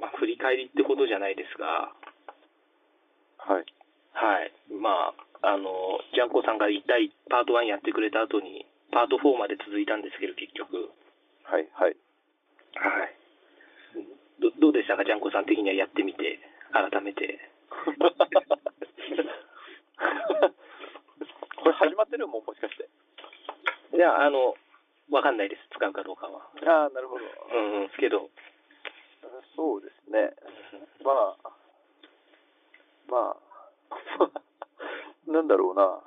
まあ、振り返りってことじゃないですが、はい。はい。まあ、あの、ジャンコさんが一体パート1やってくれた後に、パート4まで続いたんですけど、結局。はい。はい。はい。どどうでしたか、ジャンコさん的にはやってみて、改め て。これ始まってるもうもしかして。いや、あの、わかんないです、使うかどうかは。ああ、なるほど。うん、うん、けど、そうですね。 まあ、まあ、 なんだろうな。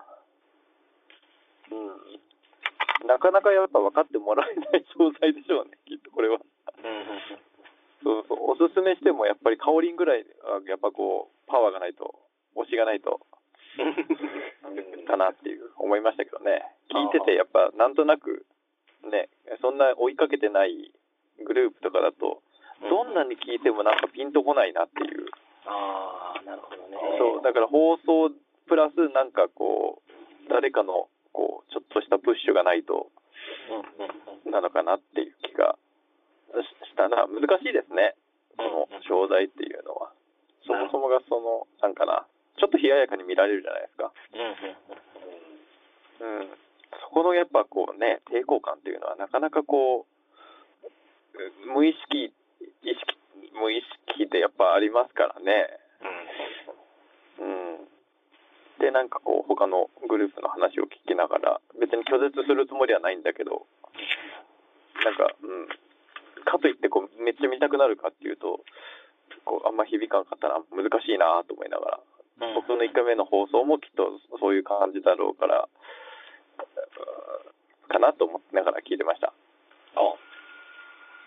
うん。なかなかやっぱ分かってもらえない 商材でしょうね、きっとこれは。うん、うん、そうそう。おすすめしてもやっぱり香りんぐらいは、やっぱこう、パワーがないと、推しがないと、 かなっていう思いましたけどね。聞いててやっぱなんとなく、ね、そんな追いかけてないグループとかだと、どんなに聞いてもなんかピンとこないなっていう。ああ、なるほどね。そう、だから放送プラスなんかこう、誰かのこう、ちょっとしたプッシュがないとうん、うん、うん。なのかなっていう気がししたな。難しいですね。その商材っていうのは。そもそもがその、なんかな、ちょっと冷ややかに見られるじゃないですか。うん、うん。うん。そこのやっぱこうね、抵抗感っていうのはなかなかこう、う無意識、意識、無意識ってやっぱありますからね。うん。で、なんかこう、他のグループの話を聞きながら、別に拒絶するつもりはないんだけど、なんか、うん。かといって、こう、めっちゃ見たくなるかっていうと、こう、あんま響かんかったら難しいなと思いながら、うん僕の1回目の放送もきっとそういう感じだろうから、うんかなと思ってながら聞いてました。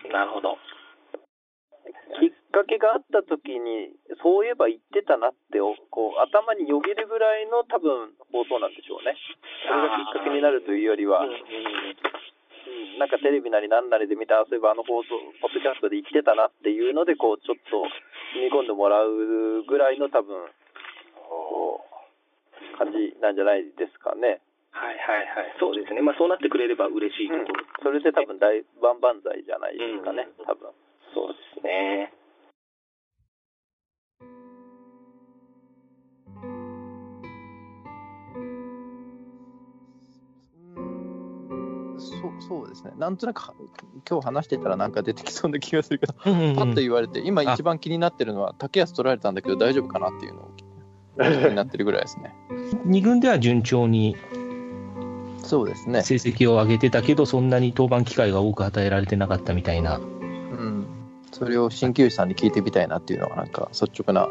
おなるほど。きっかけがあった時に、そういえば言ってたなって、こう、頭によぎるぐらいの多分放送なんでしょうね。それがきっかけになるというよりは、うんうんうんなんかテレビなり何なりで見た、そういえばあの放送、ポッドキャストで言ってたなっていうので、こう、ちょっと踏み込んでもらうぐらいの多分、こう感じなんじゃないですかね。はいはいはい、そうですね、まあ、そうなってくれれば嬉しいところ、それで多分大万々歳じゃないですかね、うん多分。そうですね。そうそうですね、なんとなくは今日話してたらなんか出てきそうな気がするけど、パッパッと言われて、今一番気になってるのは、竹安取られたんだけど大丈夫かなっていうのを気になってるぐらいですね。 2軍では順調に そうですね、成績を上げてたけど、そんなに登板機会が多く与えられてなかったみたいな、うん、それを鍼灸師さんに聞いてみたいなっていうのが、なんか率直な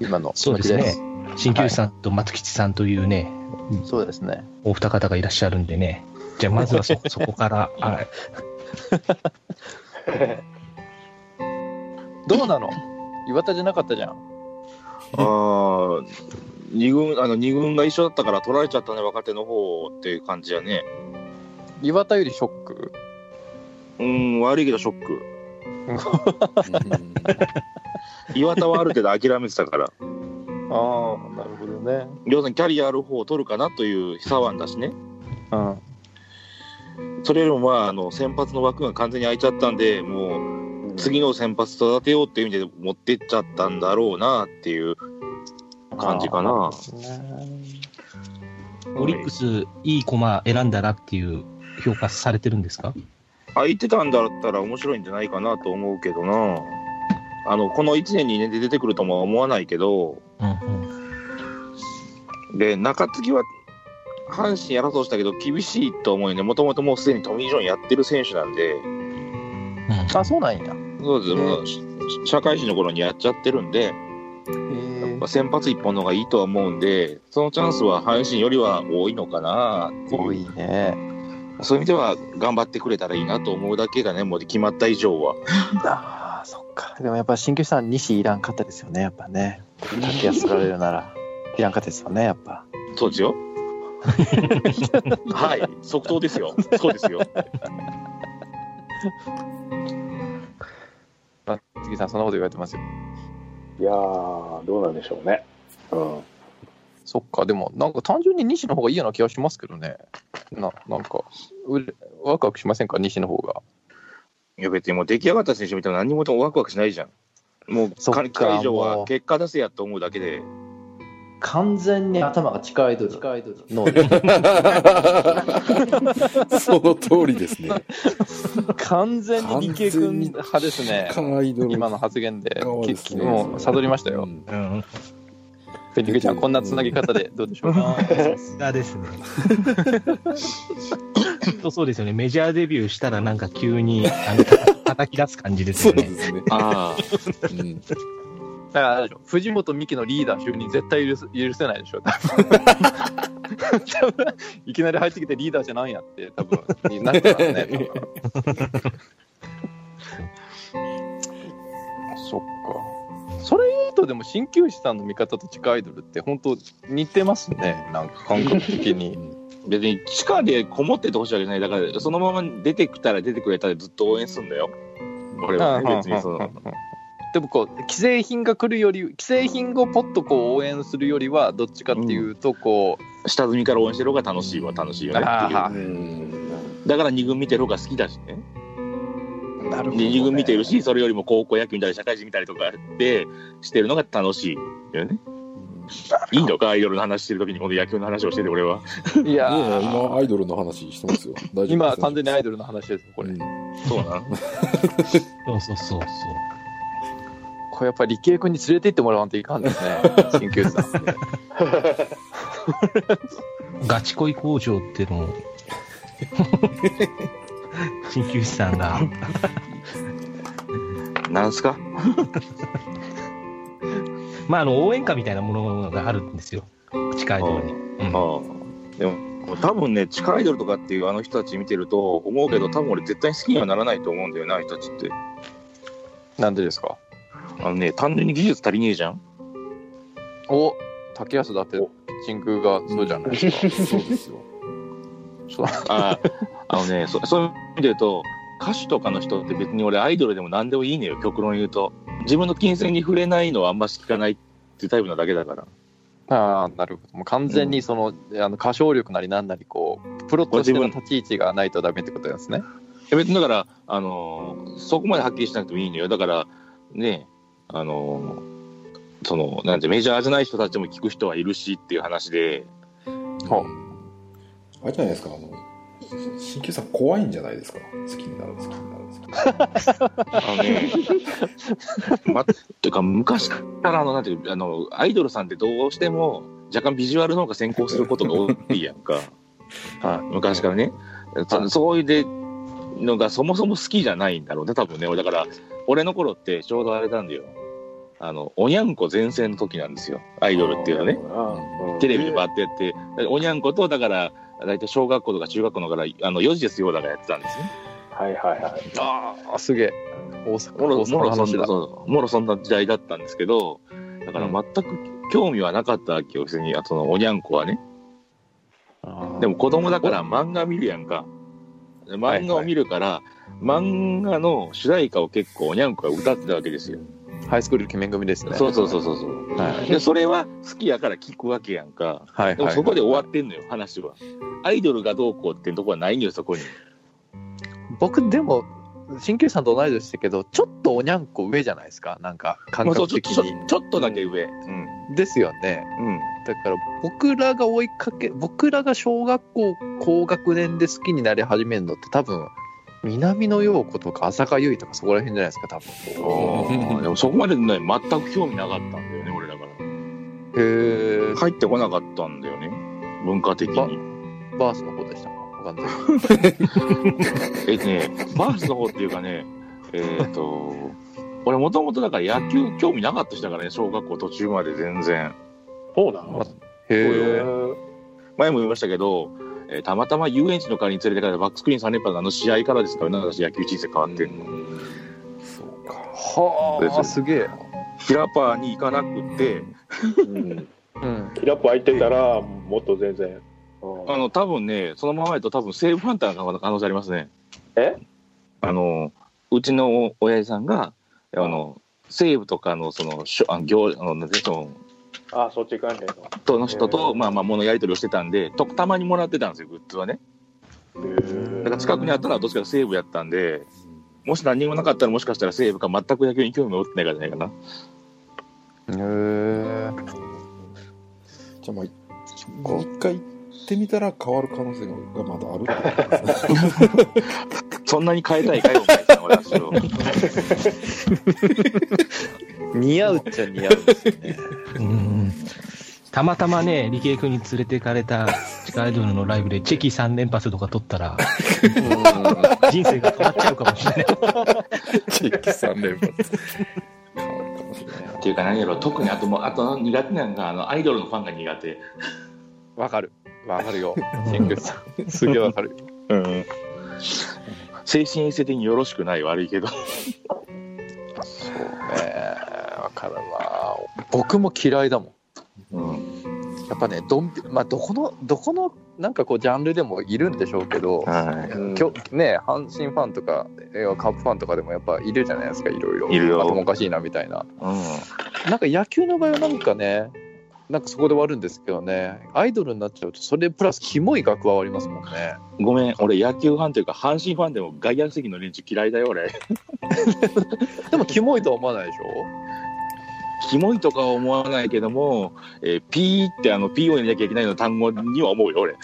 今の気そう持でちすでねす。、鍼灸師さんと松吉さんというね、そうですね。お二方がいらっしゃるんでね、じゃあまずは そそこから、はいどうなの岩田じゃなかったじゃん。ああ、二軍、あの、二軍が一緒だったから取られちゃったね、若手の方っていう感じやね。岩田よりショック。うーん、悪いけどショック。岩田はある程度諦めてたから。ああ、なるほどね。要するにキャリアある方を取るかなという左腕だしね。うん。それよりもまあ、あの、先発の枠が完全に空いちゃったんで、もう、次の先発育てようっていう意味で持ってっちゃったんだろうなっていう感じかな。オリックス、いい駒選んだなっていう評価されてるんですか空いてたんだったら面白いんじゃないかなと思うけどな。あの、この1年2年で出てくるとも思わないけど、うんうんで、中継ぎは阪神やらそうしたけど、厳しいと思うよね、もともともうすでにトミー・ジョンやってる選手なんで、うんあ、そうなんや。そうです、もうし社会人の頃にやっちゃってるんで、へえまあ、先発一本の方がいいとは思うんで、そのチャンスは阪神よりは多いのかなって多いう、いね。そういう意味では頑張ってくれたらいいなと思うだけだね、もう決まった以上は。 ああ、そっか。でもやっぱ鍼灸師さん、西いらんかったですよね、やっぱね。竹安取られるなら、いらんかったですよね、やっぱ。そうですよ。 はい、即答ですよ。そうですよ。杉さん、そんなこと言われてますよ。いやー、どうなんでしょうね。うん。そっか、でも、なんか単純に西の方がいいような気がしますけどね。な、なんか、うれワクワクしませんか、西の方が。いや別にもう出来上がった選手見ても何にもワクワクしないじゃん。もうそっか彼彼女もはう結果出せやと思うだけで、完全に頭が近いと近いと脳に その通りですね。完全に理系君派ですね完全にアイドル今の発言で側です結ね構もう悟りましたよんうん。ペニクちゃんこんなつなぎ方でどうでしょうかさすがですね。きっとそうですよね。メジャーデビューしたらなんか急に、あの、叩き出す感じですそようでね。すね。ああ、うんだからあれでしょ藤本美貴のリーダー就任絶対許す許せないでしょ多分多分いきなり入ってきてリーダーじゃないんやって多分になるからね多分そっかそれ言うとでも鍼灸師さんの見方と地下アイドルって本当似てますねなんか感覚的に別に地下でこもっててほしいわけじゃない。だから、そのまま出てきたら出てくれたらずっと応援するんだよ。俺はね、別にその。でもこう既製品が来るより既製品をポッとこう応援するよりはどっちかっていうとこう、下積みから応援してる方が楽しいは楽しいよねっていうあだから2軍見てる方が好きだしねなるで2軍見てるしそれよりも高校野球見たり社会人見たりとかってしてるのが楽しいよねいいのかアイドルの話してる時にこの野球の話をしてて俺はいやいやー今、アイドルの話してますよ。大丈夫です今は完全にアイドルの話ですよこれ、うんそうなのそうそうそうそう。これやっぱり理系君に連れて行ってもらわんといかんですね鍼灸師さんガチ恋工場っていうのを、鍼灸師さんが、なんすかまあ、あの、応援歌みたいなものがあるんですよ。地下アイドルに。うんああでも多分ね地下アイドルとかっていうあの人たち見てると思うけど多分俺絶対に好きにはならないと思うんだよなあの人たちってなんでですかあのね単純に技術足りねえじゃんお竹安だって真空がそうじゃないですか、そうですよ。あ あのねそそういう意味で言うと歌手とかの人って別に俺アイドルでも何でもいいねよ極論言うと自分の金銭に触れないのはあんま聞かないっていうタイプなだけだからああなるほどもう完全にその,、あの歌唱力なりなんなりこうプロとしての立ち位置がないとダメってことですねいや別にだから、あのーそこまではっきりしなくてもいいのよだからねあのーそのなんてメジャーじゃない人たちでも聞く人はいるしっていう話ではあれじゃないですか、あの、新旧さん怖いんじゃないですか。好きになる、好きになる。好きになるあのねまっていうか昔からあのなんていうあのアイドルさんってどうしても若干ビジュアルの方が先行することが多いやんか、はい昔からね、そそういうでのがそもそも好きじゃないんだろうね多分ね俺だから俺の頃ってちょうどあれなんだよあのおにゃんこ全盛の時なんですよアイドルっていうのはねねテレビでバーってやっておにゃんことだから大体小学校とか中学校のからあの4時ですよだからやってたんですねはいはいはい。ああすげえ大阪もろ大阪ものろそ話んだなそうもろそんな時代だったんですけどだから全く興味はなかったわけよ別にあそのおにゃんこはねでも子供だから漫画見るやんかで漫画を見るから、漫画の主題歌を結構おにゃんこが歌ってたわけですよ、ハイスクール決め組ですねそうそうそうそうそうはいでそれは好きやから聞くわけやんかはいはいでもそこで終わってんのよ話はアイドルがどうこうってとこはないんよそこに僕でも鍼灸師さんと同い年でしたけどちょっとおにゃんこ上じゃないですかなんか感まあそ覚うちょ的ちょにちょっとだけ上うんですよねうんだから僕らが追いかけ僕らが小学校高学年で好きになり始めるのって多分南野陽子とか浅香唯とかそこら辺じゃないですか多分ああでもそこまでね全く興味なかったんだよね俺だからへえ入ってこなかったんだよね文化的ばにバースの方でしたかわかんないえっとねバースの方っていうかね えっと俺もともとだから野球興味なかった人だからね小学校途中まで全然そうなのへえ前も言いましたけど、えーたまたま遊園地の代わりに連れてかれたバックスクリーン3連覇のあの試合からですからね私野球人生変わってんの、そうか。はあすげえ、キラパーに行かなくてうんうん、キラップ開いてたら、もっと全然。うんあの多分ねそのままやと多分西武ファンタの可能性ありますねえあのうちの親父さんがあの西武とかのそのしょあの行あのなんていうのあ、そっち関連の。との人と、えーまあまあ物やり取りをしてたんでとたまにもらってたんですよグッズはねだから近くにあったのはどっちかというと西武やったんでもし何にもなかったら、もしかしたら西武か全く野球に興味を持ってないからじゃないかへえ。じゃあまあ、もう一回行ってみたら変わる可能性がまだあるってことですね。な。そんなに変えたいかいお前さんは私 を似合うっちゃ似合うんですよね。うんたまたまね、理系君に連れてかれた地下アイドルのライブでチェキ3連発とか取った ら、人生が変わっちゃうかもしれない。地域3連発。変わるかもしれない。っていうか何やろ、特にあともう、あと苦手なのが、あの、アイドルのファンが苦手。わかる。わかる よ。シンクさん。すげえわかる。うん。精神衛生的によろしくない、悪いけど。 ええ、わかるわ。僕も嫌いだもん。うん。やっぱね、どんぴ、まあ、どこの、どこの、なんかこう、ジャンルでもいるんでしょうけど、はきょね、阪神ファンとか、いやカープファンとかでもやっぱいるじゃないですか、いろいろ。いるよ頭おかしいな、みたいな。い。うなんか野球の場合はなんかね、なんかそこで終わるんですけどね、アイドルになっちゃうと、それプラスキモいが加わりますもんね。ん。ごめん、俺野球ファンというか、阪神ファンでも外野席の連中嫌いだよ、俺。 でもキモいとは思わないでしキモいとかは思わないけども、えー、ピーってあの、ピーを入れなきゃいけないの単語には思うよ、俺。ょ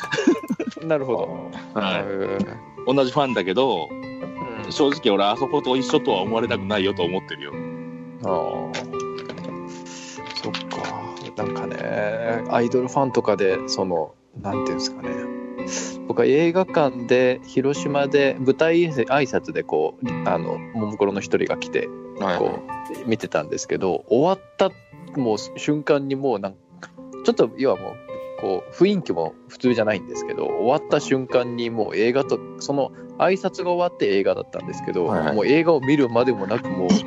なるほど。はい。うん同じファンだけど、正直俺あそこと一緒とは思われたくないよと思ってるよ。あーそっか。なんかね、アイドルファンとかで、その、なんていうんですかね。僕は映画館で広島で舞台挨拶でこうあのももクロの一人が来てはこう見てたんですけど終わったもう瞬間にもうなんかちょっと要はもうこう雰囲気も普通じゃないんですけど終わった瞬間にもう映画とその挨拶が終わって映画だったんですけど、はいはいもう映画を見るまでもなくもう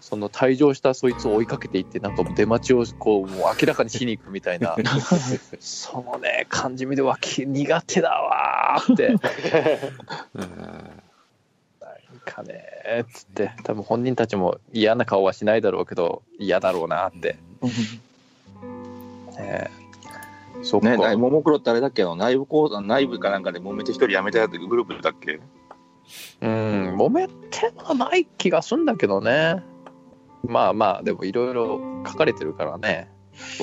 その退場したそいつを追いかけていってなんかもう出待ちをこうもう明らかにしに行くみたい なそのね感じ見てわき苦手だわ ーって。なんかねーっつって多分本人たちも嫌な顔はしないだろうけど嫌だろうなって、ねえそっか、ね、なももクロってあれだっけど、内部講座、内部かなんかで揉めて一人辞めたやつグループだっけうん揉めてはない気がすんだけどねまあまあでもいろいろ書かれてるからね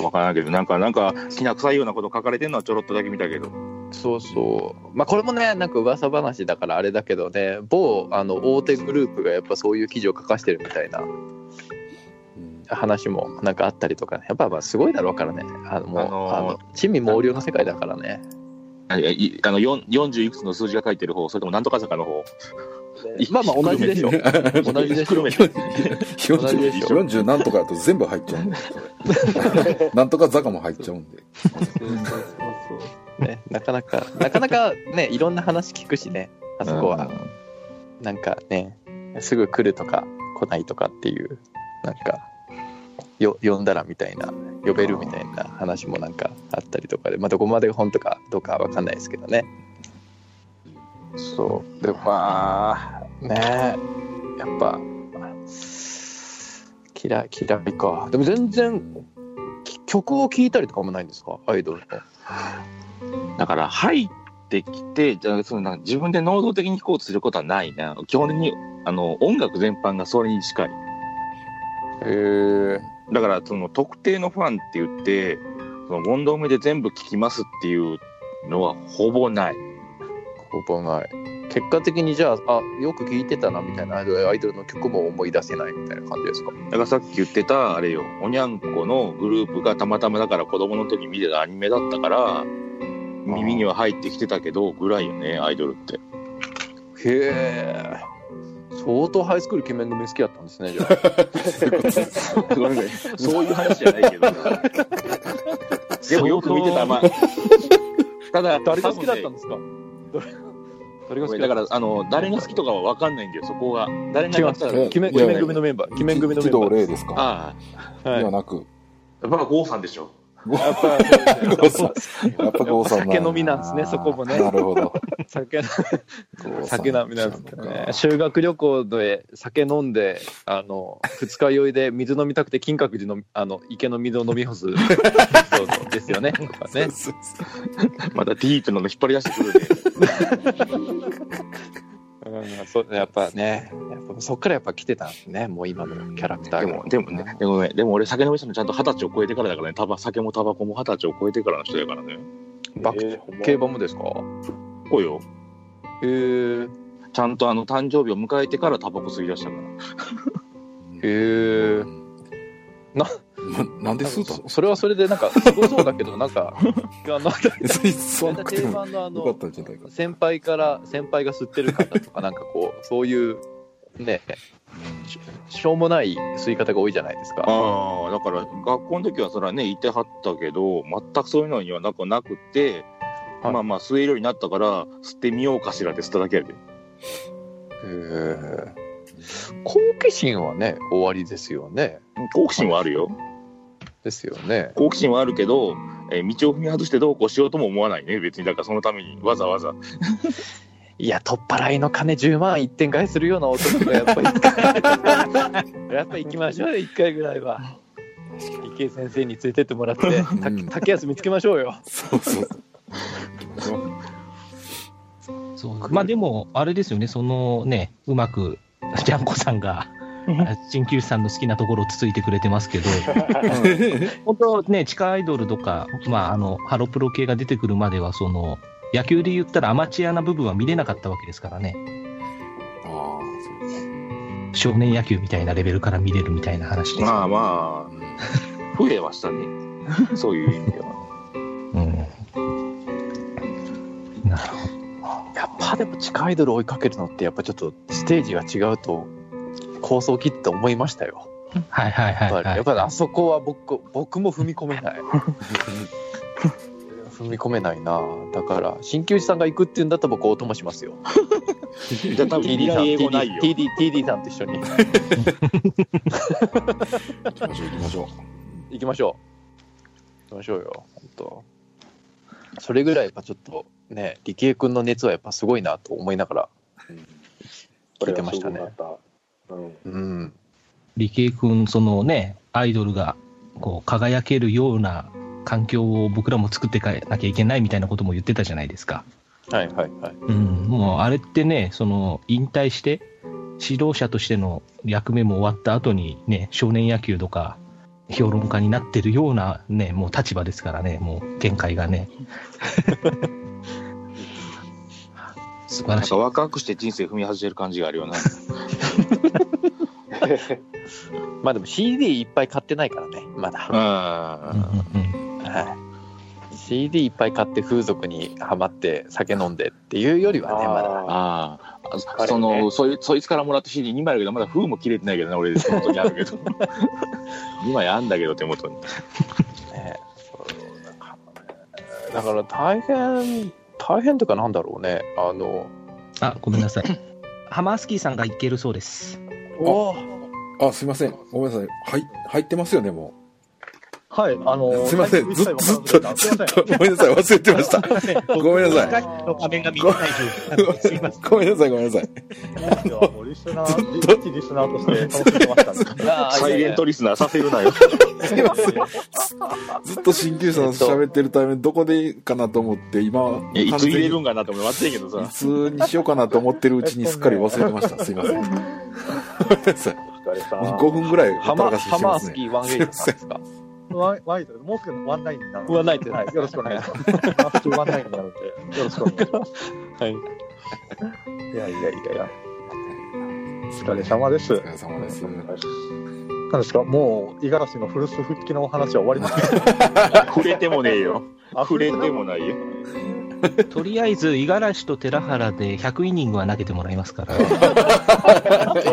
わからないけど、なんか、なんか、好きな臭いようなこと書かれてるのはちょろっとだけ見たけど。そうそうまあこれもねなんか噂話だからあれだけどね某あの大手グループがやっぱそういう記事を書かしてるみたいなうん話もなんかあったりとか、ね、やっぱまあすごいだろうからねあのもう、あのーあの地味猛量の世界だからねあいいあの、よん40いくつの数字が書いてる方、それともなんとか坂の方。まあまあ同じでしょ同じひでしょっくるめて同じでしょ40 40なんとかだと全部入っちゃうんで、それなんとか坂も入っちゃうんで。ね、なかなか、なかなかね、いろんな話聞くしね、あそこは。なんかね、すぐ来るとか来ないとかっていう、なんか、よ呼んだらみたいな、呼べるみたいな話もなんかあったりとかで、まあ、どこまで本とかどうかわかんないですけどね。そう。でもまあ、ねえやっぱ、嫌い、嫌いか。でも全然、き曲を聴いたりとかもないんですかアイドルの。だから、入ってきて、じゃあそのなんか自分で能動的に聞こうとすることはないな。基本的に、あの、音楽全般がそれに近い。へえ。だから、その、特定のファンって言って、その、問答目で全部聞きますっていうのはほぼない。ほぼない。結果的にじゃあ、あよく聴いてたなみたいなアイドルアイドルの曲も思い出せないみたいな感じですか。だからさっき言ってた、あれよ、おにゃんこのグループがたまたまだから子供の時見てたアニメだったから、耳には入ってきてたけど、ぐらいよね、アイドルって。へえ。相当ハイスクール決め組好きだったんですね、じゃあ。ごめんなさいそういう話じゃないけど。 でもよく見てた、まあ。ただ、誰が好きだったんですか誰多が好分ねきだだか、からあの、誰が好きとかは分かんないんだよ、そこが。誰が違うん好きですだっかたら。決めいや決め組のメンバー、決め組のメ喜ンバ怒ー。霊ですかあはいではなく、あ、まあ、ゴーさんでしょ。郷さんやっぱ郷さんだ酒飲みなんですねそこもねなるほど。酒飲郷さ酒飲みなんですけどなねの。か修学旅行で酒飲んで、あの、二日酔いで水飲みたくて金閣寺の、あの、池の水を飲み干す。そうそうですよね。とかね。またディープなの引っ張り 出してくるね。うん、そうやっぱね、やっぱそっからやっぱ来てたんですね、もう今のキャラクタでーもが。でもね、でもね、でも俺酒飲みしたのちゃんと二十歳を超えてからだからね、タバ酒もタバコも二十歳を超えてからの人だからね。バクえーほんま競馬もですかこうよ。へえ。ちゃんとあの誕生日を迎えてからタバコ吸い出したから。へえ。ななんで吸うたそのそれはそれでなんか、すごそうだけど、なんか、あの、別に吸わなくて定も番のあよかっの、たんじゃないか。先輩から、先輩が吸ってる方とか、なんかこう、そういう、ね、ししょうもない吸い方が多いじゃないですか。ああ、だから学校の時はそれはね、いてはったけど、全くそういうのにはなくなくって、はいまあまあ吸えるようになったから、吸ってみようかしらって吸っただけやで。へえ。好奇心はね、終わりですよね。好奇心はあるよ。ですよね。好奇心はあるけど、えー道を踏み外してどうこうしようとも思わないね、別に。だからそのためにわざわざ。いや、取っ払いの金10万一点買いするような男がやっぱり やっぱ行きましょうよ、一回ぐらいは。池井先生に連れてってもらって、たうん竹安見つけましょうよ。そうそう。そうまあでも、あれですよね、そのね、うまく、ジャンコさんが、鍼灸師さんの好きなところをつついてくれてます けど、本当ね、地下アイドルとか、まあ、あの、ハロプロ系が出てくるまでは、その、野球で言ったらアマチュアな部分は見れなかったわけですからね。あ少年野球みたいなレベルから見れるみたいな話です。まあまあ、増えましたね。そういう意味では。うん。なるほど。やっぱでも地下アイドル追いかけるのってやっぱちょっとステージが違うと構想切って思いましたよ。はいはいやはっぱい、り,、はいやっ。ぱりあそこは僕僕も踏み込め ない。踏み込めないなだから鍼灸師さんが行くっていうんだったら僕お供しますよじゃあ多分 TD さん英語ない TD, よ。 TD, TD さんと一緒にあ。行きましょう行きま行きましょしょう行きましょうよ本当それぐらいやっぱちょっとね力恵君の熱はやっぱすごいなと思いながら聞いてましたねこれはすごかったうんうん理系君、そのね、アイドルがこう輝けるような環境を僕らも作っていかなきゃいけないみたいなことも言ってたじゃないですか。はいはいはいうん、もうあれってね、その引退して、指導者としての役目も終わった後にね、少年野球とか、評論家になってるようなね、もう立場ですからね、もう限界がね。素晴なんらしいか。若くして人生踏み外してる感じがあるよな。まあでも CD いっぱい買ってないからねまだうんうんあうんはい、CD いっぱい買って風俗にはまって酒飲んでっていうよりはねまだあーああー、れそねのそいそいつからもらった CD2 枚あるけど、まだ封も切れてないけどな、俺、手元にあるけど。2枚あんだけど、手元に。ねそうだからだから大変大変というかなんだろうねあのあ、ごめんなさい。ハマースキーさんがいけるそうです。おう。あ、すいません。ごめんなさい。はい、入ってますよね、もはい、あのう。すいません。ずっと、ずっと、ずっと、ごめんなさい。忘れてました。 ごめんなさい。の画面が見えない状況。すいません。 ごめんなさい、ごめんなさい。リスナー、一リスナーとして楽しんでましたね。サイレントリスナーさせる なよ。すいません。ずっと鍼灸師さんと喋ってるため、どこでいいかなと思って、今、いやいつ入れるいんかなと思って待ってんけどさ。つにしようかなと思ってるうちにすっかり忘れてました。すいません。ごめんなさい。お疲れさん5分ぐらいハおマたがしハしてマまーすスね。キーワンエイトさんですかワンワイドで、もうすぐワンナインになる。ワンナインになはい、よろしくお願いします。あ普通ワンナインになるんで、よろしくお願いします。はいいやいやいやいや。お疲れ様です。お疲れ様です。なんですか、もう、五十嵐の古巣復帰のお話は終わりました。触れてもねえよ。触れてもないよ。とりあえず、五十嵐と寺原で100イニングは投げてもらいますから。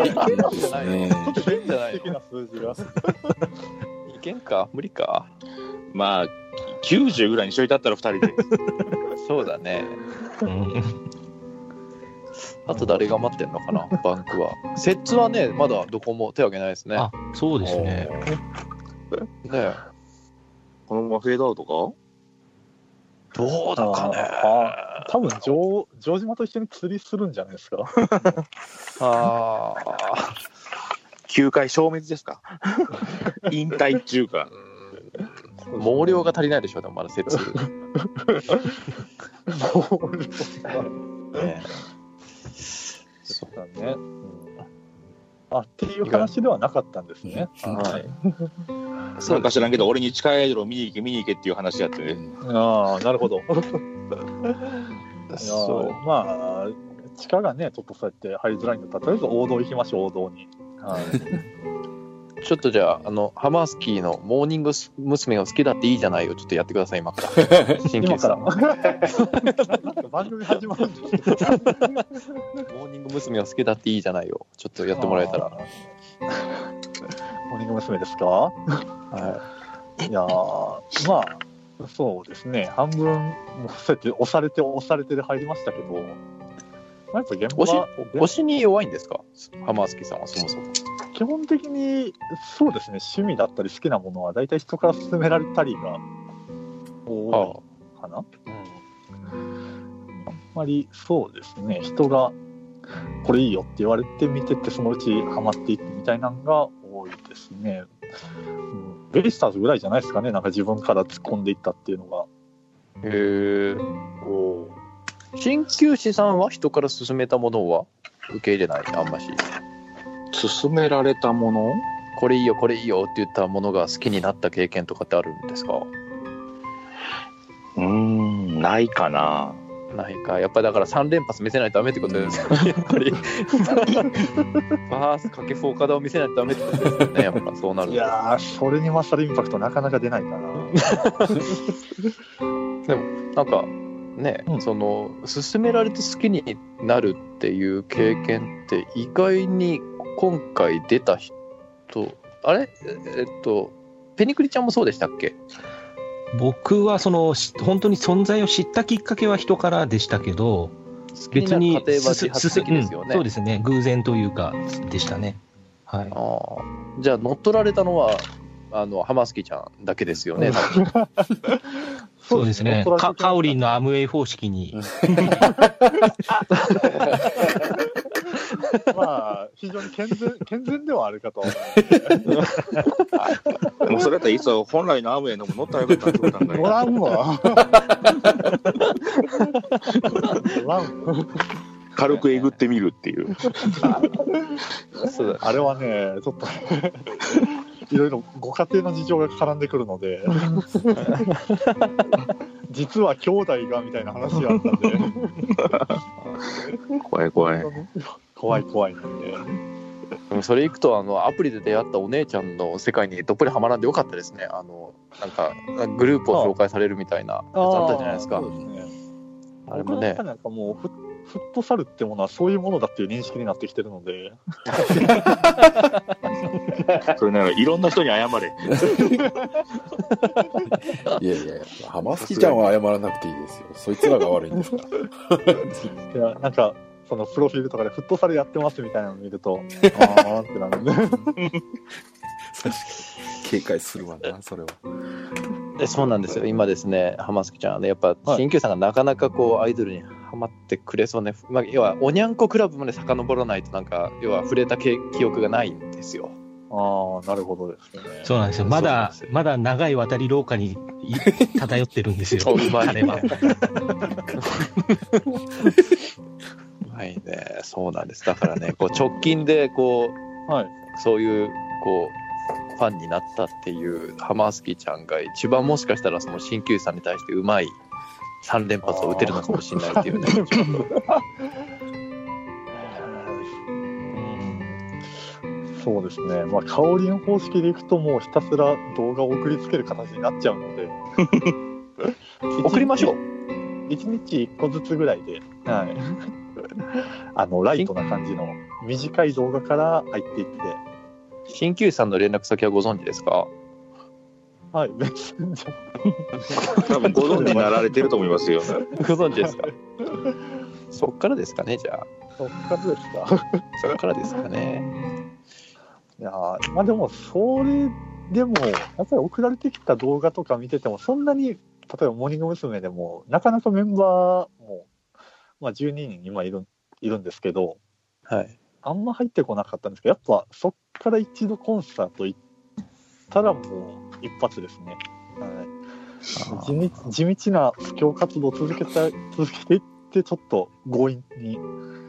ねいけんじゃないの。奇跡な数字が。いけんか無理かまあ、90ぐらいにしといたったら2人で。そうだねうんあと誰が待ってんのかなバンクは摂津はねまだどこも手挙げないですねあ、そうですね。ねこのままフェードアウトかどうだかねあー多分城城島と一緒に釣りするんじゃないですか。ああ ?9 回消滅です か引退中か。毛量が足りないでしょ、でもまだ設置。そうねだね。あ、っていう話ではなかったんですね。はい。なんか知らんけど、俺に近いアイドルを見に行け、見に行けっていう話やってね。ああ、なるほど。そう。まあ、地下がね、ちょっとそうやって入りづらいんで、とりあえず王道行きましょう、王道に。はい。ちょっとじゃあ、あの、ハマースキーのモーニング娘。が好きだっていいじゃないよ。ちょっとやってください、今から。神経今質なか ら。モ番組始まるんですけどーニング娘。が好きだっていいじゃないよ。ちょっとやってもらえたら。モーニング娘。ですかはい。いやー、まあ、そうですね、半分、もうそうやって押されて押されてで入りましたけど、まあ、やっぱ現場推しは、推しに弱いんですかハマースキーさんはそもそも。基本的に、そうですね、趣味だったり好きなものは、大体人から勧められたりが多いかな。あんまり、そうですね、人が、これいいよって言われて見てって、そのうちハマっていってみたいなのが多いですね。うん、ベイスターズぐらいじゃないですかね、なんか自分から突っ込んでいったっていうのが。へえ。鍼灸師さんは人から勧めたものは受け入れない、あんまし。勧められたものこれいいよ、これいいよって言ったものが好きになった経験とかってあるんですかうーん、ないかな。ないか、やっぱりだから3連発見せないとダメってことですよね、やっ ぱり。バースかけフォーカダを見せないとダメってことですよね、やっぱそうなるいと。やー、それに勝るインパクト、なかなか出ないかな。なんかね、その勧められて好きになるっていう経験って意外に今回出た人あれええっとペニクリちゃんもそうでしたっけ僕はそのし本当に存在を知ったきっかけは人からでしたけど、別に好きになる過程はす自発すす的ですよねうんそうですね、偶然というか、でしたね。はい、じゃあ乗っ取られたのはあのハマスキちゃんだけですよね、多分そうですね、かカオリンのアムウェイ方式に、まあ、非常に健全健全ではあるかと。もうそれだったらいっそ本来のアムウェイのも乗ったらよかったってことなんだおらんわ。おらんわ軽くえぐってみるっていう。あれはね、ちょっと、いろいろご家庭の事情が絡んでくるので、実は兄弟がみたいな話があったんで、怖い怖い。怖い怖いなんで。でもそれいくとあのアプリで出会ったお姉ちゃんの世界にどっぷりはまらんでよかったですねあのなんかグループを紹介されるみたいなやつあったじゃないですかあーそうですね。あれ僕ものね中なんかもうフッ、フットサルってものはそういうものだっていう認識になってきてるので、 それならいろんな人に謝れ。いやいやいや、浜月ちゃんは謝らなくていいですよ。そいつらが悪いんですから。いやなんか、そのプロフィールとかでフットサルやってますみたいなの見ると、あーってなるんで。警戒するわな、それは。えそうなんですよ、今ですね、浜月ちゃんはね、やっぱ、新旧さんがなかなかこう、アイドルにはまってくれそうね、まあ、要は、おにゃんこクラブまで遡らないと、なんか、要は、触れたけ記憶がないんですよ。 ああ、なるほどですね。そうなんですよ、まだ、まだ長い渡り廊下にい 漂ってるんですよ、そううまいね彼は。はいね、そうなんです。だからね、こう直近で、こう、はいそういう、こう、ファンになったっていう、浜月ちゃんが、一番もしかしたら、その新旧さんに対してうまい3連発を打てるのかもしれないっていうね。そうですね、まあ、カオリン方式でいくと、もうひたすら動画を送りつける形になっちゃう ので、送りましょう。 1日1個ずつぐらいで、 はい、あのライトな感じの短い動画から入っていって、新旧さんの連絡先はご存知です か はい、メッセンジャー多分ご存知になられてると思いますよ。ご存知ですかそっからですかね、じゃあ。そっからですか。 そっからですかね。いやーまあでも、それでも、やっぱり送られてきた動画とか見てても、そんなに、例えばモーニング娘。でも、なかなかメンバーも、まあ、12人今いるいるんですけど、はい。あんま入ってこなかったんですけど、やっぱそっから一度コンサート行ったらもう一発ですね。はい、地道地道な布教活動を続けた続けていって、ちょっと強引に、ち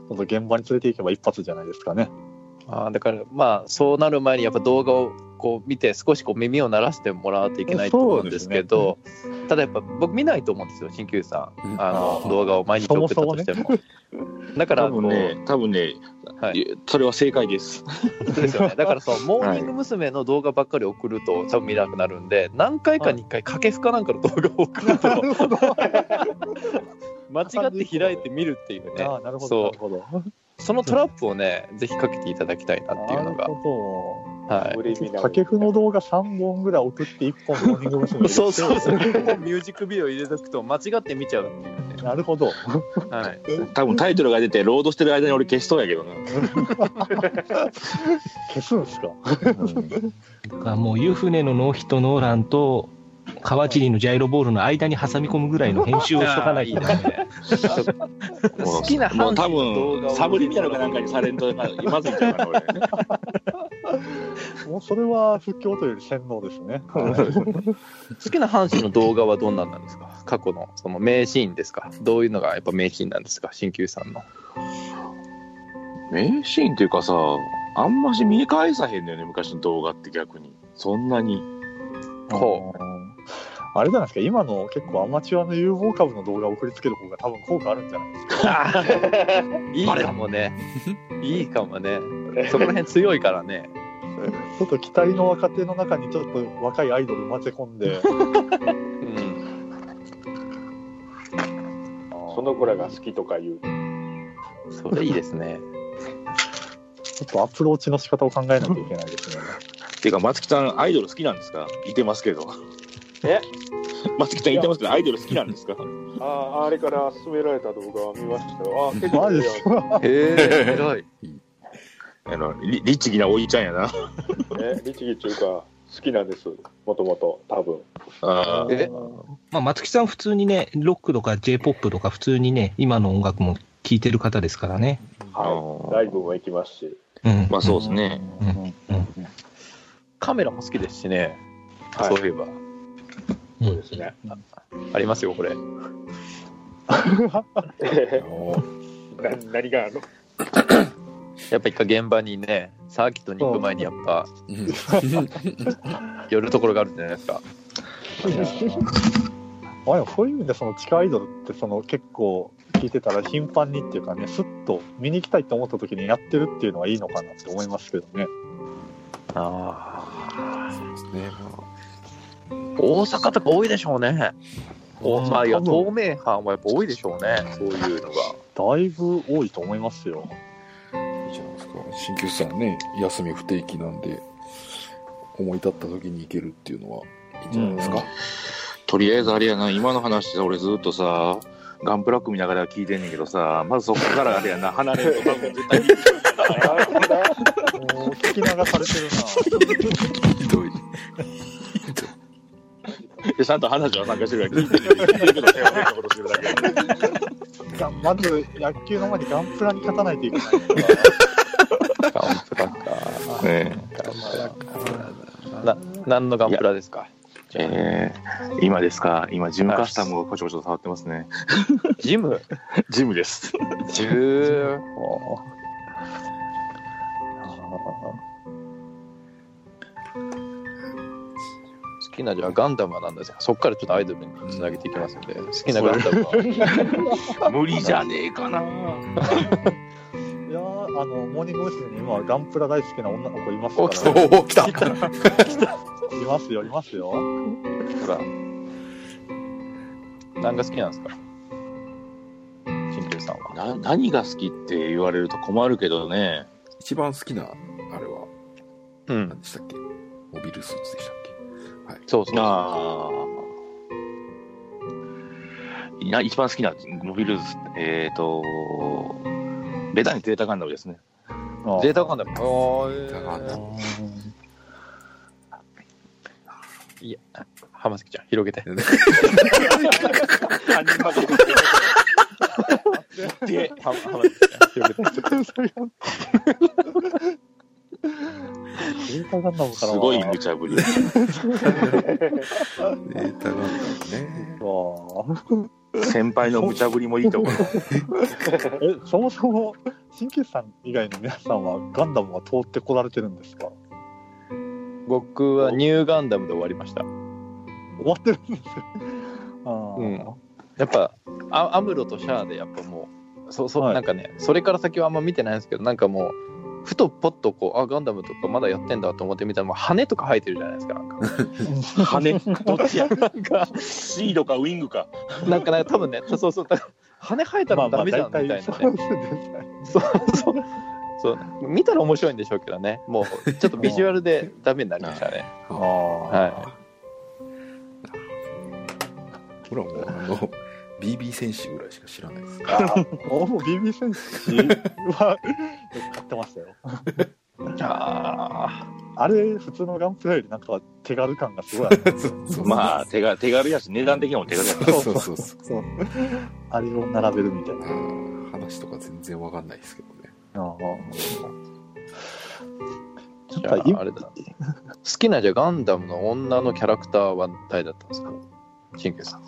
ょっと現場に連れていけば一発じゃないですかね。あーだからまあそうなる前にやっぱ動画をこう見て少しこう耳を鳴らしてもらわないといけないと思うんですけどただやっぱ僕見ないと思うんですよ鍼灸師さんあの動画を毎日送ったとしてもだから多分ね、多分ね、いそれは正解です。そう ですよねだからそのモーニング娘。の動画ばっかり送ると多分見なくなるんで何回かに1回掛けふかなんかの動画を送ると 間違って開いて見るっていうねああなるほどそなるほどうそのトラップをねぜひかけていただきたいなっていうのがなるほはいブレミど ナ掛布の動画3本ぐらい送って1本モーニング娘。そうそうそう。うここミュージックビデオ入れとくと間違って見ちゃうっていうね。なるほどはい。多分タイトルが出て、ロードしてる間に俺消しそうやけどな。消すんすかだからもう湯船のノーヒットノーランと川尻のジャイロボールの間に挟み込むぐらいの編集をしとかないと、好きなも阪う多神の動画分をサブリミナルかなんかにされんと、まずいんちゃうかな、俺。もうそれは不況というより洗脳です ね 好きな阪神の動画はどんなんなんですか過去のその名シーンですかどういうのがやっぱ名シーンなんですか新旧さんの。名シーンっていうかさ、あんまし見返さへんのよね、昔の動画って逆に。そんなに。ほあれじゃないですか今の結構アマチュアの有望株の動画を送りつける方が多分効果あるんじゃないです かう。いいかも ね。いいかもね。 そこら辺強いからね。ちょっと期待の若手の中にちょっと若いアイドル混ぜ込んでうん。その子らが好きとかいう。それいいですね。ちょっとアプローチの仕方を考えなきゃいけないです ね。ていうか、松木さん、アイドル好きなんですかいてますけど。え 松木さん、いてますけど、アイドル好きなんですかああ、あれから勧められた動画を見ましたよ。あー結構マジいいっやすか へえ、偉い。あの、り律儀なおいちゃんやな。ね、律儀中か、好きなんです。もともと、多分。あーえまあ、松木さん普通にねロックとか j p o p とか普通にね今の音楽も聴いてる方ですからね、はい。ライブも行きますし。うんまあそうですね。カメラも好きですしね。はいそういえば。そうですね。 ありますよ、これ。な何があるのやっぱ一回現場にね、サーキットに行く前にやっぱ、寄るところがあるんじゃないですか。 まあでもそういう意味でその地下アイドルってその結構聞いてたら頻繁にっていうかねすっと見に行きたいと思った時にやってるっていうのはいいのかなって思いますけどねね大阪とか多いでしょうね。おまあ、いや、多分透明版はやっぱ多いでしょうね。そういうのが。だいぶ多いと思いますよいいじゃないですか鍼灸師さんね休み不定期なんで思い立った時に行けるっていうのはいいんじゃないですか、とりあえずあれやな、今の話さ、俺ずっとさ、ガンプラック見ながら聞いてんねんけどさ、まずそこからあれやな、離れると多分絶対にもう聞き流されてるなひどいでちゃんと話は参加してるから聞いてるけど、聞いてるけど、手を変なことしてるだけやからがまず野球の前にガンプラに勝たないといけないねな何のガンプラですかえー今ですか、今、ジムカスタムをこちょこちょと触ってますね。ジム ジムです。ジム好きなじゃあガンダムは何ですかそこからちょっとアイドルにつなげていきますんで好きなガンダムは無理じゃねえかな。いやーあのモーニング娘。に今ガンプラ大好きな女の子います おから、ね、お来たいますよいますよほら。何が好きなんですか新旧さんは。な何が好きって言われると困るけどね。一番好きなあれはうん。何でしたっけモビルスーツでしたっけはいそうそうそう。ああ。な一番好きなモビルズ、えっ、と、ベタにデータガンダムですね。データガンダム。だからいや、浜崎ちゃん、広げて。で、浜崎ちゃん、広げて。データガンダムかすらごいわ無茶ぶり。データガンダムねー先輩の無茶ぶりもいいと思う。えそもそも新旧さん以外の皆さんはガンダムは通ってこられてるんですか僕はニューガンダムで終わりました。終わってるんですよ。あうん、やっぱアアムロとシャアでやっぱもうそそ、はいなんかねそれから先はあんま見てないんですけどなんかもうふとポッとこうあガンダムとかまだやってんだと思って見たらもう羽とか生えてるじゃないですかなんか 羽、どっちや、なんかシードかウィングか。なんかなんか多分ねそうそうだから羽生えたまらダあまあメじゃん大みたいなね体、そうですね。そうそうそう見たら面白いんでしょうけどねもうちょっとビジュアルでダメになりました ねあはほらもうあの BB 戦士ぐらいしか知らないですあーもう BB 戦士は買ってましたよ。いああれ、普通のガンプラよりなんか手軽感がすごいある。 そうまあ、手が手軽やし、値段的にも手軽やから。そうそうそうそうそう。あれを並べるみたいな。うん話とか全然わかんないですけどねああじぱゃいああれだ好きなじゃあガンダムの女のキャラクターは誰だったんですか神経さん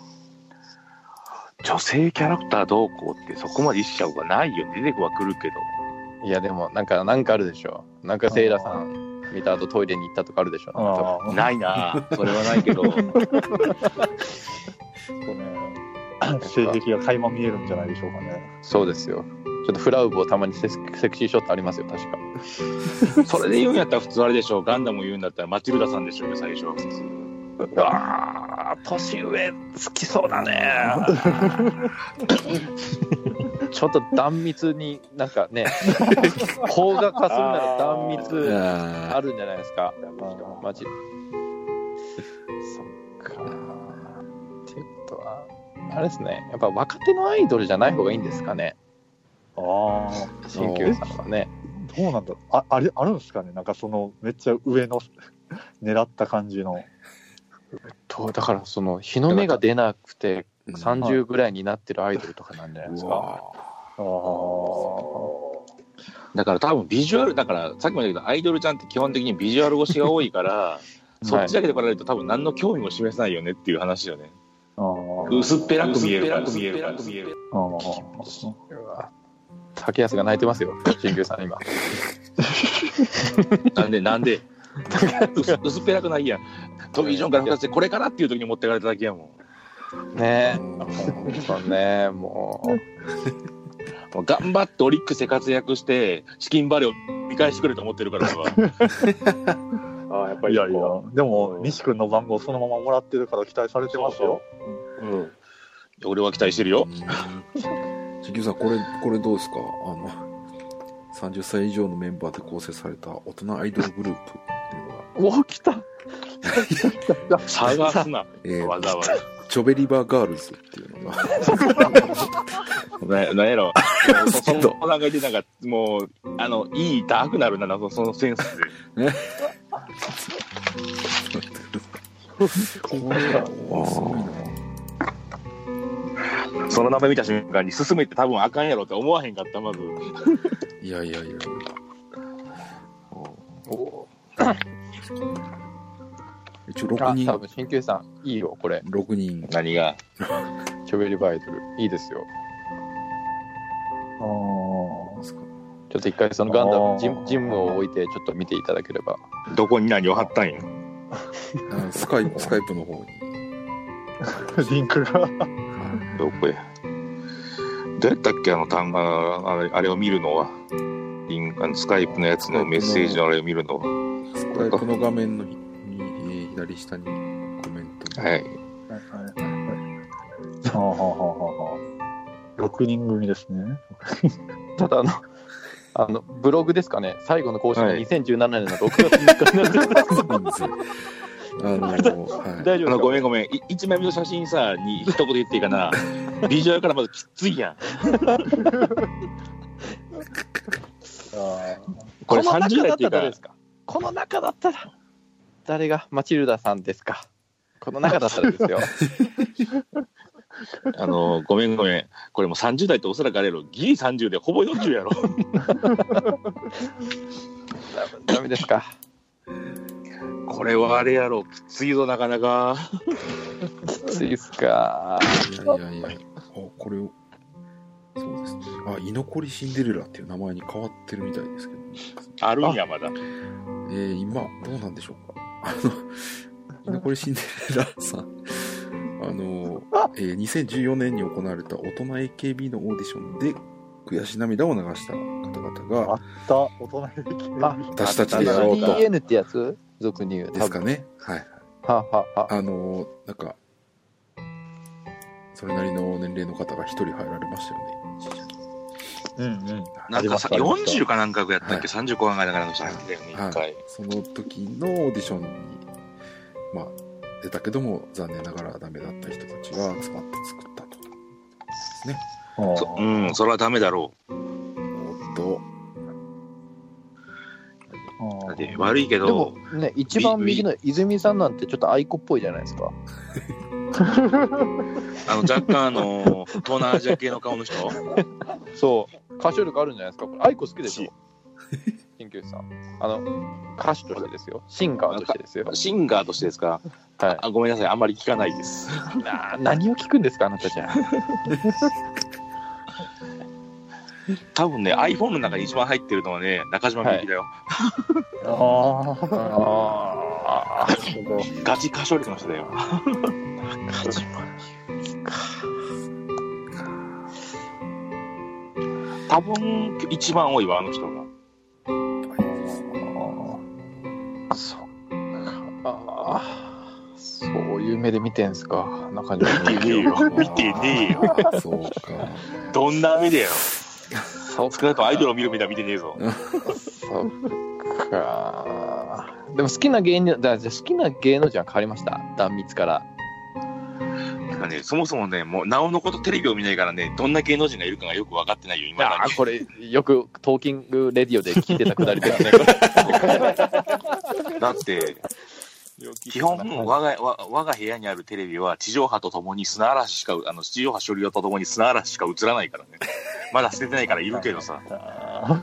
女性キャラクターどうこうって、そこまで一社がないよね。出てはくるけど。いやでもなんかなんかあるでしょなんかセイラさん見た後トイレに行ったとかあるでしょあああないなそれはないけど。結構ね、 性癖が垣間見えるんじゃないでしょうかね。そうですよちょっとフラウブをたまにセセクシーショットありますよ確かそれで言うんやったら普通あれでしょう。ガンダム言うんだったらマチルダさんでしょうよ、最初。普通ああ年上好きそうだねちょっと断密になんかね邦画化するなら断密ああるんじゃないですかあマジそっかっていうことはあれですねやっぱ若手のアイドルじゃない方がいいんですかねあー、新旧さんはねどうなんだろうああれあるんですかねなんかそのめっちゃ上の狙った感じのとだからその日の目が出なくてうん30ぐらいになってるアイドルとかなんじゃないですうか、わあーだから多分ビジュアル、だからさっきも言ったけど、アイドルちゃんって基本的にビジュアル越しが多いから、そっちだけで来られると多分何の興味も示さないよねっていう話よね。あー薄っぺらく見えるから。薄っぺらく見える。あーうわ竹安が泣いてますよ新旧さん今なんで、なんで。薄薄っぺらくないやん。トミー・ジョンから二つでこれからっていう時に持ってかれただけやもん。ねえそうねもうもう頑張ってオリックスで活躍して、資金バレーを見返してくれと思ってるから、俺はああ、やっぱりいやこういやでも西君の番号そのままもらってるから期待されてますようん。俺は期待してるよ。新旧さんこれこれどうですかあの30歳以上のメンバーで構成された大人アイドルグループっていうのがお来た探す な、えーわざわざ。チョベリバーガールズっていうのがななんやろ。もうそそちょっのと子なんかいて、なんか、もう、あの、いい、ダークなるな、なんかそのセンスで。これはすごいなその名前見た瞬間に進めて多分あかんやろって思わへんかった、まず。いやいやいや一応あ6多人分新旧さんいいよこれ6人何が。チョベリバイドルいいですよなんですかちょっと一回そのガンダあムージムジムを置いてちょっと見ていただければどこに何を貼ったんや。あのスカイプスカイプの方にリンクがどこや。どうやったっけ、あの単語、あれあれを見るのは。リンあのスカイプのやつのメッセージのあれを見るのは。スカイプの画面のに、にえー左下にコメントが、はい。はあはあはあはあ6人組ですねただあの あのブログですかね最後の更新がはい2017年の6月3日になってます、そうなんですよ。あの、は大丈あの夫ごでめんごめん、い一枚目の写真さ、に一言言っていいか な、ビジュアルからまずきつい やん。すかこれの中30代だっっていうかたらどうですかこの中だったら誰がマチルダさんですかこの中だったらです よあ のごめんごめん、これもう30代っておそらくあれやろ、ギリ30でほぼ40やろ。ダメですか これはあれやろ、きついぞ、なかなか。きついっすかい。いやいやいや。あ、これを。そうですね。あ、居残りシンデレラっていう名前に変わってるみたいですけど、あるんや、まだ。 えー、今、どうなんでしょうか。 あの、居残りシンデレラさん、あの、えー2014年に行われた大人 AKB のオーディションで、悔し涙を流した方々が、た大人できるあ私たちでやろうと、 DN ってやつ俗に言う。ですかね。はい。多分。ははは。あの、なんか、それなりの年齢の方が一人入られましたよね。うんうん。なんかさ、ありました40かなんかやったっはいけ、30後半がだからの人入ってたよね、は一い回。その時のオーディションに、まあ、出たけども残念ながらダメだった人たちが集まって作ったとですねそうん、それはダメだろおっとう。だって悪いけでもど、ね、一番右の泉さんなんてちょっと愛子っぽいじゃないですか。あの、若干あの、 東南アジア系の顔の人、そう。歌唱力あるんじゃないですか。これ愛子好きで しょ。新旧さん。あの、歌手としてですよ。シンガーとしてですよ。シンガーとしてですかはいあごめんなさい、あんまり聞かない です。な何を聞くんですか、あなたじゃん。多分ね、iPhone の中に一番入ってるのはね、中島みゆきだよ。ああ。ああ。ガチ歌唱力の人だよ。多分、一番多いわ、あの人が。そっか。ああ。そういう目で見てんすか、中島みゆきいいよ見てねえよ。あそうかどんな目だよ。そっ少なくともアイドルを見る目だ、見てねえぞ。そっか。でも好きな芸能、だじゃあ好きな芸能人は変わりました。断密から。なんかね、そもそもね、もう、なおのことテレビを見ないからね、どんな芸能人がいるかがよく分かってないよ、今だあに。これよくトーキングレディオで聞いてたくだりです ね。これだって、基本、我がわ我が部屋にあるテレビは、地上波とともに砂嵐しか、あの地上波処理用とともに砂嵐しか映らないからね。まだ捨ててないからいるけどさ、ああ、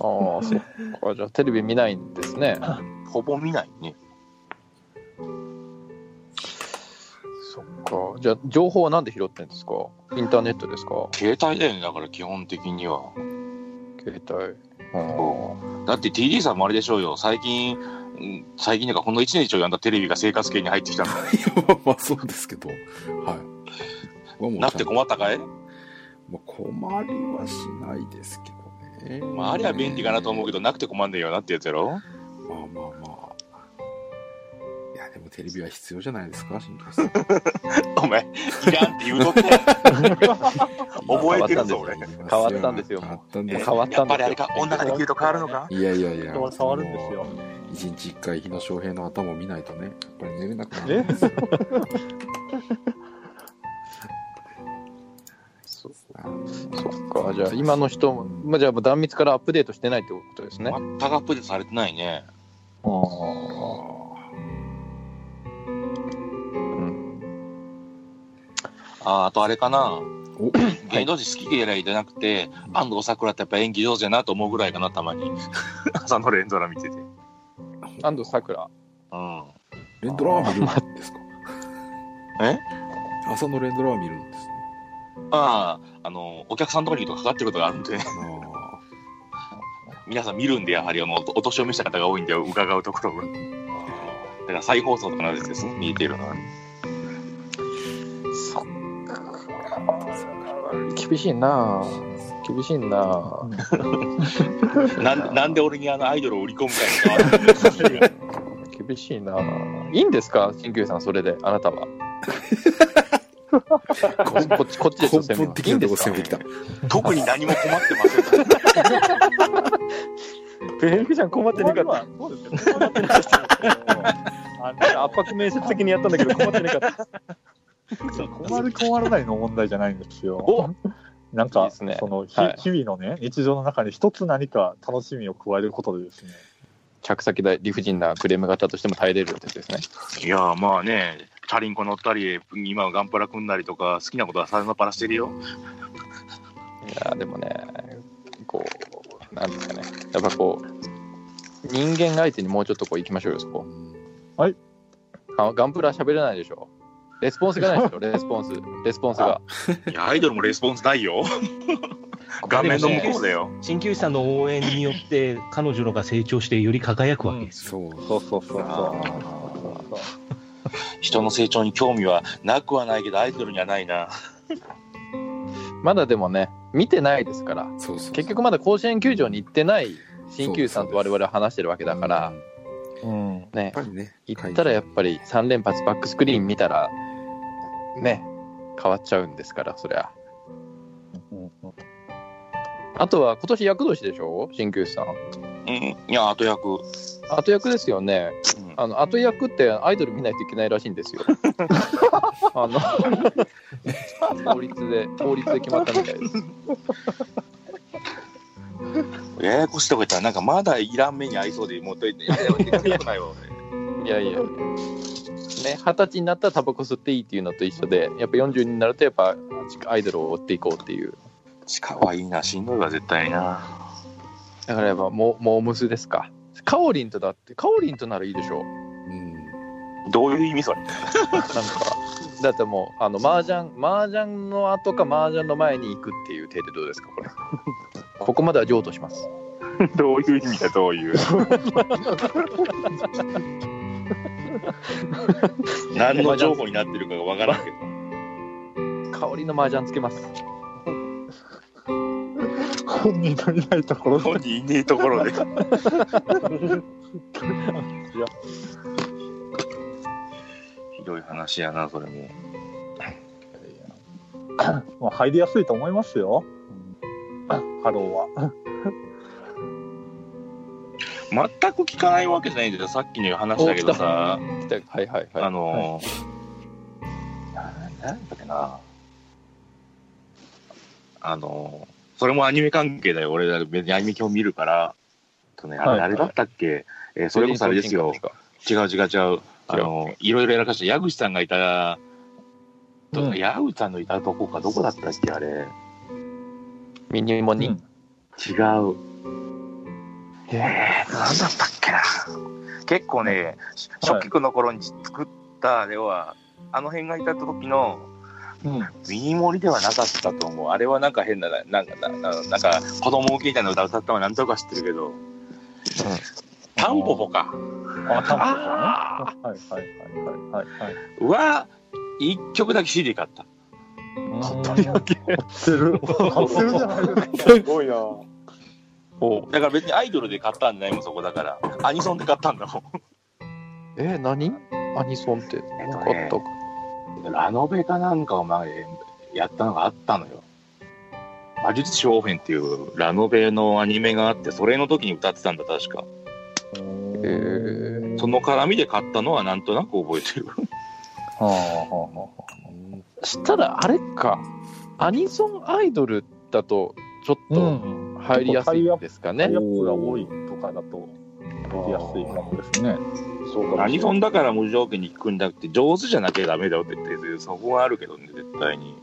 そっか。じゃあテレビ見ないんですね。ほぼ見ないね。そっか。じゃあ情報は何で拾ってんですかインターネットですか携帯だよね、だから基本的には。携帯。あだって TD さんもあれでしょうよ、最近、うん最近なんかこの1年以上やんだテレビが生活圏に入ってきたん だね。まあそうですけ どはい僕はもうちゃんとなって困ったかいまあ困りはしないですけどねまあ、あれは便利かなと思うけど、なくて困んねえよなってやつやろまあまあまあいやでもテレビは必要じゃないですか新庄さん お前、いらんって言うとって。覚えてるぞ俺変わったんですよ変わったんあ。でもうす変わった やっんでぱすりあれよ。か、女ができると変わるのかいやいやいや人は触るんですよ。一日一回日の翔平の頭を見ないとね、やっぱり寝れなくなるんですよ。そあのそっか。じゃあ今の人も、まあ、じゃあもう断密からアップデートしてないってことですね。全くアップデートされてないね。うん、あーあとあれかなお。芸能人好き嫌いじゃなくて、安藤サクラってやっぱ演技上手やなと思うぐらいかな、たまに。 朝の連ドラ見てて。うん。安藤サクラ。レンドラー見るんですかえ朝のレンドラー見るんですね。ああ、あの、お客さんとかにとかかってることがあるんで、 あ皆さん見るんで、やはり、あの、おお年を召した方が多いんで、伺うところが。だから再放送とかのやつですね、見えてるのは。そっか。厳しいな厳しいななん なんで俺にあのアイドルを売り込むかいな。厳しいないいんですか新旧さんそれであなたはここっちこっちですよー根本的いいなんでとすこか攻めてきた。特に何も困ってません。ペグちゃん困ってなかったそうですよ。困ってなかったですけどあの圧迫面接的にやったんだけど困ってな かった。困る困らないの問題じゃないんですよ。なんいいかですねそのひはい日々のね日常の中に一つ何か楽しみを加えることでですね。着先だ理不尽なクレーム型としても耐えれるってことですねいやーまあね、チャリンコ乗ったり、今はガンプラ組んだりとか、好きなことはさらっぱらしてるよ。いやでもねこうなんですかねやっぱこう人間相手にもうちょっとこう行きましょうよそこはいあガンプラ喋れないでしょ レスポンスがないでしょレスポンスレスポンスがいや、アイドルもレスポンスないよ。画面の向こうだよ。鍼灸師さんの応援によって、彼女らが成長してより輝くわけです。そう。そうそうそうそう。人の成長に興味はなくはないけど、アイドルにはないな。まだでもね、見てないですから、そうそう。結局まだ甲子園球場に行ってない新球さんと我々は話してるわけだから、うん。ねやっぱりね、行ったらやっぱり3連発バックスクリーン見たら、ね、変わっちゃうんですから、そりゃ。あとは今年役年でしょ鍼灸師さん。うん。いや、後役。後役ですよね。うんあの後役ってアイドル見ないといけないらしいんで すよ。あの法律で法律で決まったみたいです。ややこしいとこ言ったら、なんかまだいらん目に合いそうで、もうといて、いやいや、行きたくないわ、いやいや。ね二十歳になったらタバコ吸っていいっていうのと一緒で、やっぱ40になるとやっぱアイドルを追っていこうっていう。俺。近はいいな、しんどいわ、絶対な。だからやっぱもうモームスですか。カオリンとだってカオリンとならいいでしょ。うん。どういう意味それ。なんかだってもうあの麻雀麻雀の後か麻雀の前に行くっていう手でどうですかこ れ。ここまでは譲渡します。どういう意味だ、どういう。何の情報になってるかがわからんけど。香りの麻雀つけます。本人のいないところで本人いねえところで。ひどい話やな、それも。まあ、入りやすいと思いますよ。うんハローは。全く聞かないわけじゃないんだけど、さっきの話だけどさ、来たはいはいはい。あのー、ななんだっけな。あのー、それもアニメ関係だよ。俺、別にアニメ今日見るから。えっとね、あはれいあれだったっけ、えーそれこそあれですよ。違う違う違う。あの、いろいろやらかした。矢口さんがいた、とうん矢口さんのいたとこか、どこだったっけ、あれ。ミニモニ。うん違う。えー、なんだったっけな。結構ね、し初期の頃に作った、では、あの辺がいた時の、うん。ミニモリではなかったと思う。あれはなんか変な、なんか、なななんか子供受けみたいな歌歌ったのはなんとか知ってるけど。タンポポか。あ、タンポポね。はいはいはいはいはい。はいは、一曲だけ CD 買った。買ってる。買ってるじゃないですか。すごいな。だから別にアイドルで買ったんじゃないもん、そこだから。アニソンで買ったんだもん。えー、何？アニソンって。っとなねんかあったか。ラノベかなんかを前にやったのがあったのよ。魔術師オーフェンっていうラノベのアニメがあって、それの時に歌ってたんだ、確か。えー、その絡みで買ったのはなんとなく覚えてる。はあはあはあ。したらあれか。アニソンアイドルだとちょっうとん。入りやすいですかタねイ。アップが多いとかだと、入りやすいかもですね。そうかアもしニれなソい。ンだから無条件に聞くんじゃなくて、上手じゃなきゃダメだよって言って、そこはあるけどね、絶対に。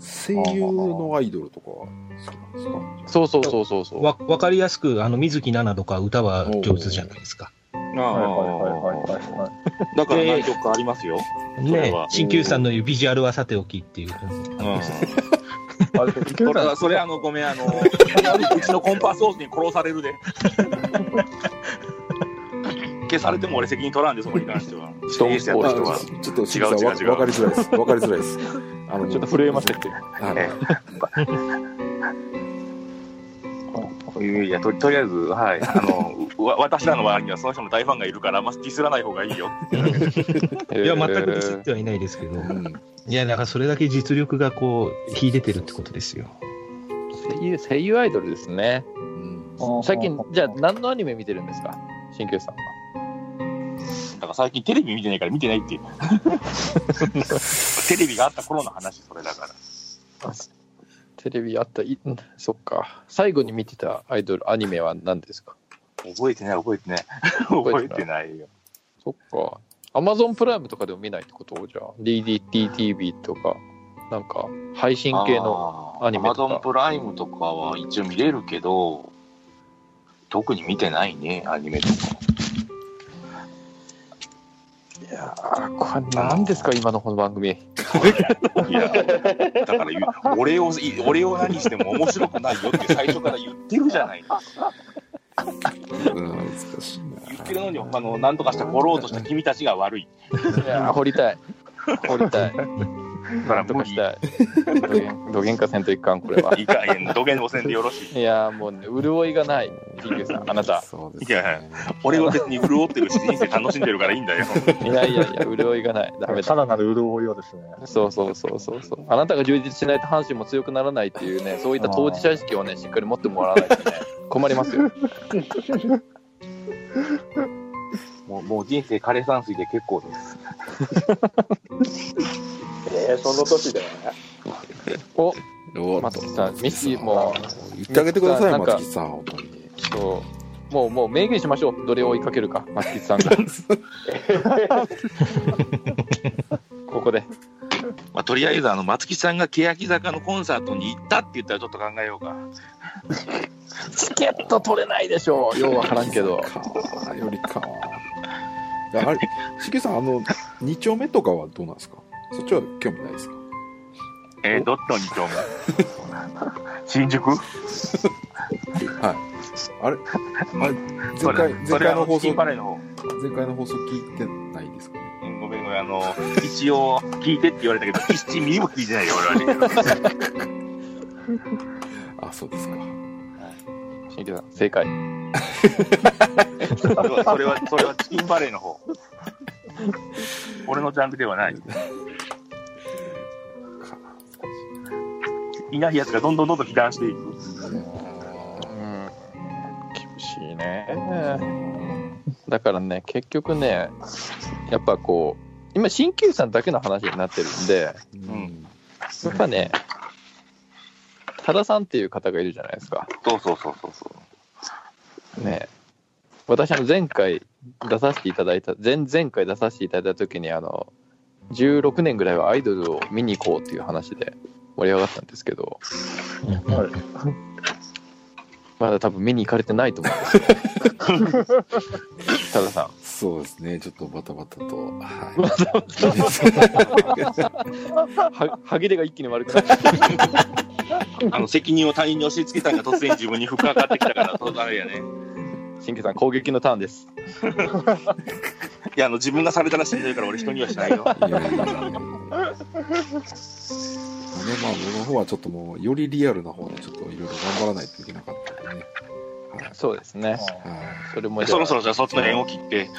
声優のアイドルとかは、そうなんですかそうそうそうそうそう。わわかりやすく、あの、水木奈々とか歌は上手じゃないですか。はいはいはいはいはい。だからで何曲かありますよ。それねは鍼灸師さんのビジュアルはさておきっていう。うん。あれ、 それは、それあの、ごめん、あの、 うちのコンパス王子に殺されるで。消されても俺責任取らんで、そこに関しては。ストーンスポーツとはあちょちょっと、しげさん、わわか違うり違う違うづらいです。わかりづらいです。あ の、ちょっと震えましたけど。はい。いやいやと、とりあえず、はい、あの、う わ私らの周りにはその人の大ファンがいるから、あんまディスらない方がいいよ。いや、全くディスっえてはいないですけど。うんいや、だからそれだけ実力がこう、秀でてるってことですよ。ー声優声優アイドルですね。うん最近じゃあ何のアニメ見てるんですか？新旧さんは。だから最近テレビ見てないから見てないっていう。テレビがあった頃の話、それだから。テレビあったいんそっか最後に見てたアイドルアニメは何ですか覚えてない、覚えてない。覚覚ええててないよ。そっかアマゾンプライムとかでも見ないってことじゃあ DDTTV とかなんか配信系のアニメとか Amazon プライムとかは一応見れるけど、特に見てないね、アニメとか。いやーこれ何ですか今のこの番組いや、だから言う俺を、い俺を何しても面白くないよって最初から言ってるじゃないですか。うん、難しいな。言ってるのに、あの、なんとかして掘ろうとした君たちが悪い。いやー掘りたい掘りたいだからど無か理し。たいどげんどげんかせんといかんこれはいい加減、土下座せんでよろしい。いやーもうね潤いがないキングさんあなたそうですいやね。俺は別に潤ってるし、人生楽しんでるからいいんだよ。いやいやいや潤いがないダメださらなる潤いをですね。そうそうそうそうそう。あなたが充実しないと阪神も強くならないっていうね、そういった当事者意識をね、しっかり持ってもらわないとね、困り ますよ。もう、もう人生枯れ山水で結構です。えー、その年だよね。お、お松木さん、ミッキーも、言ってあげてくださ、ないんか松木さん、本当に。そう、もう、もう明言しましょう。どれを追いかけるか、松木さん が。ここで。まあ、とりあえず、あの、松木さんが欅坂のコンサートに行ったって言ったらちょっと考えようか。チケット取れないでしょう。ようわからんけど。 かよりか いやあれ、しげさん、あの、2丁目とかはどうなんですかそっちは興味ないですかえー、どっちの2丁目 新宿あれあれそ前れ回、前回の放それあチキ送、ンパレーの方。前回の放送聞いてないですかねうんごめんごめん、あの、 一応聞いてって言われたけど、一ミリも聞いてないよ、俺はね。 あ、そうですか。新規さん、正解。それは、それは、それはチキンバレーの方。俺のジャンルではない。いないやつがどんどんどんどん被弾していく。うん、厳しいね、だからね結局ねやっぱこう今鍼灸師さんだけの話になってるんでやんっぱね多田さんっていう方がいるじゃないですかそうそうそうそうそう。ね私あの前回出させていただいた前前回出させていただいた時にあの16年ぐらいはアイドルを見に行こうっていう話で盛り上がったんですけどはい。まだ多分見に行かれてないと思うん ですよ多田さんそうですね、ちょっとバタバタと。はい。は歯切れが一気に悪くなっちゃったあの、責任を他人に押し付けたんが突然自分に負荷がかかってきたから、そうなるやね。新規さん攻撃のターンですいや、あの、自分がされたらしんどいから俺人にはしないよ。いやいやいやいやあの、まあ、僕の方はちょっともう、よりリアルな方で、ちょっといろいろ頑張らないといけなかったんでね。そうですねはそれもじゃあそろそろじゃあそっちの縁を切って。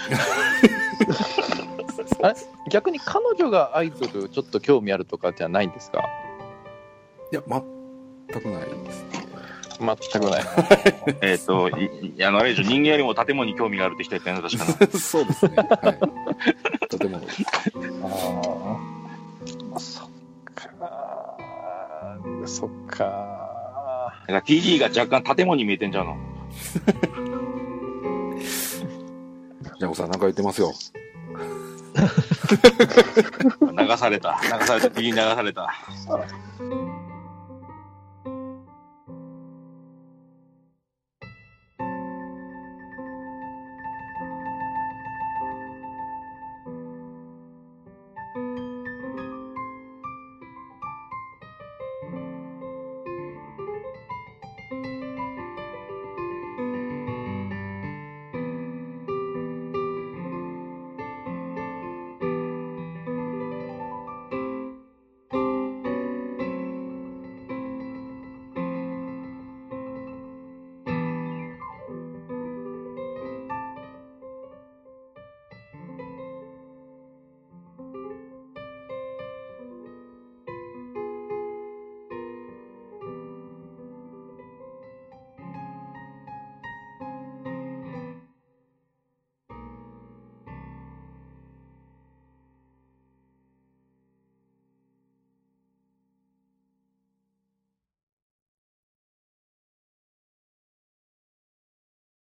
あれ逆に彼女がアイドルちょっと興味あるとかじゃないんですかい。いや、全くないですね。全くないえっと、いいあの、あれでしょ、人間よりも建物に興味があるって人やったよね、確かな。 そうですね。はい。建物です。そっかそっかだから TD が若干建物に見えてんじゃんの。ジャコさん、なんか言ってますよ。流された。流された。TD に流された。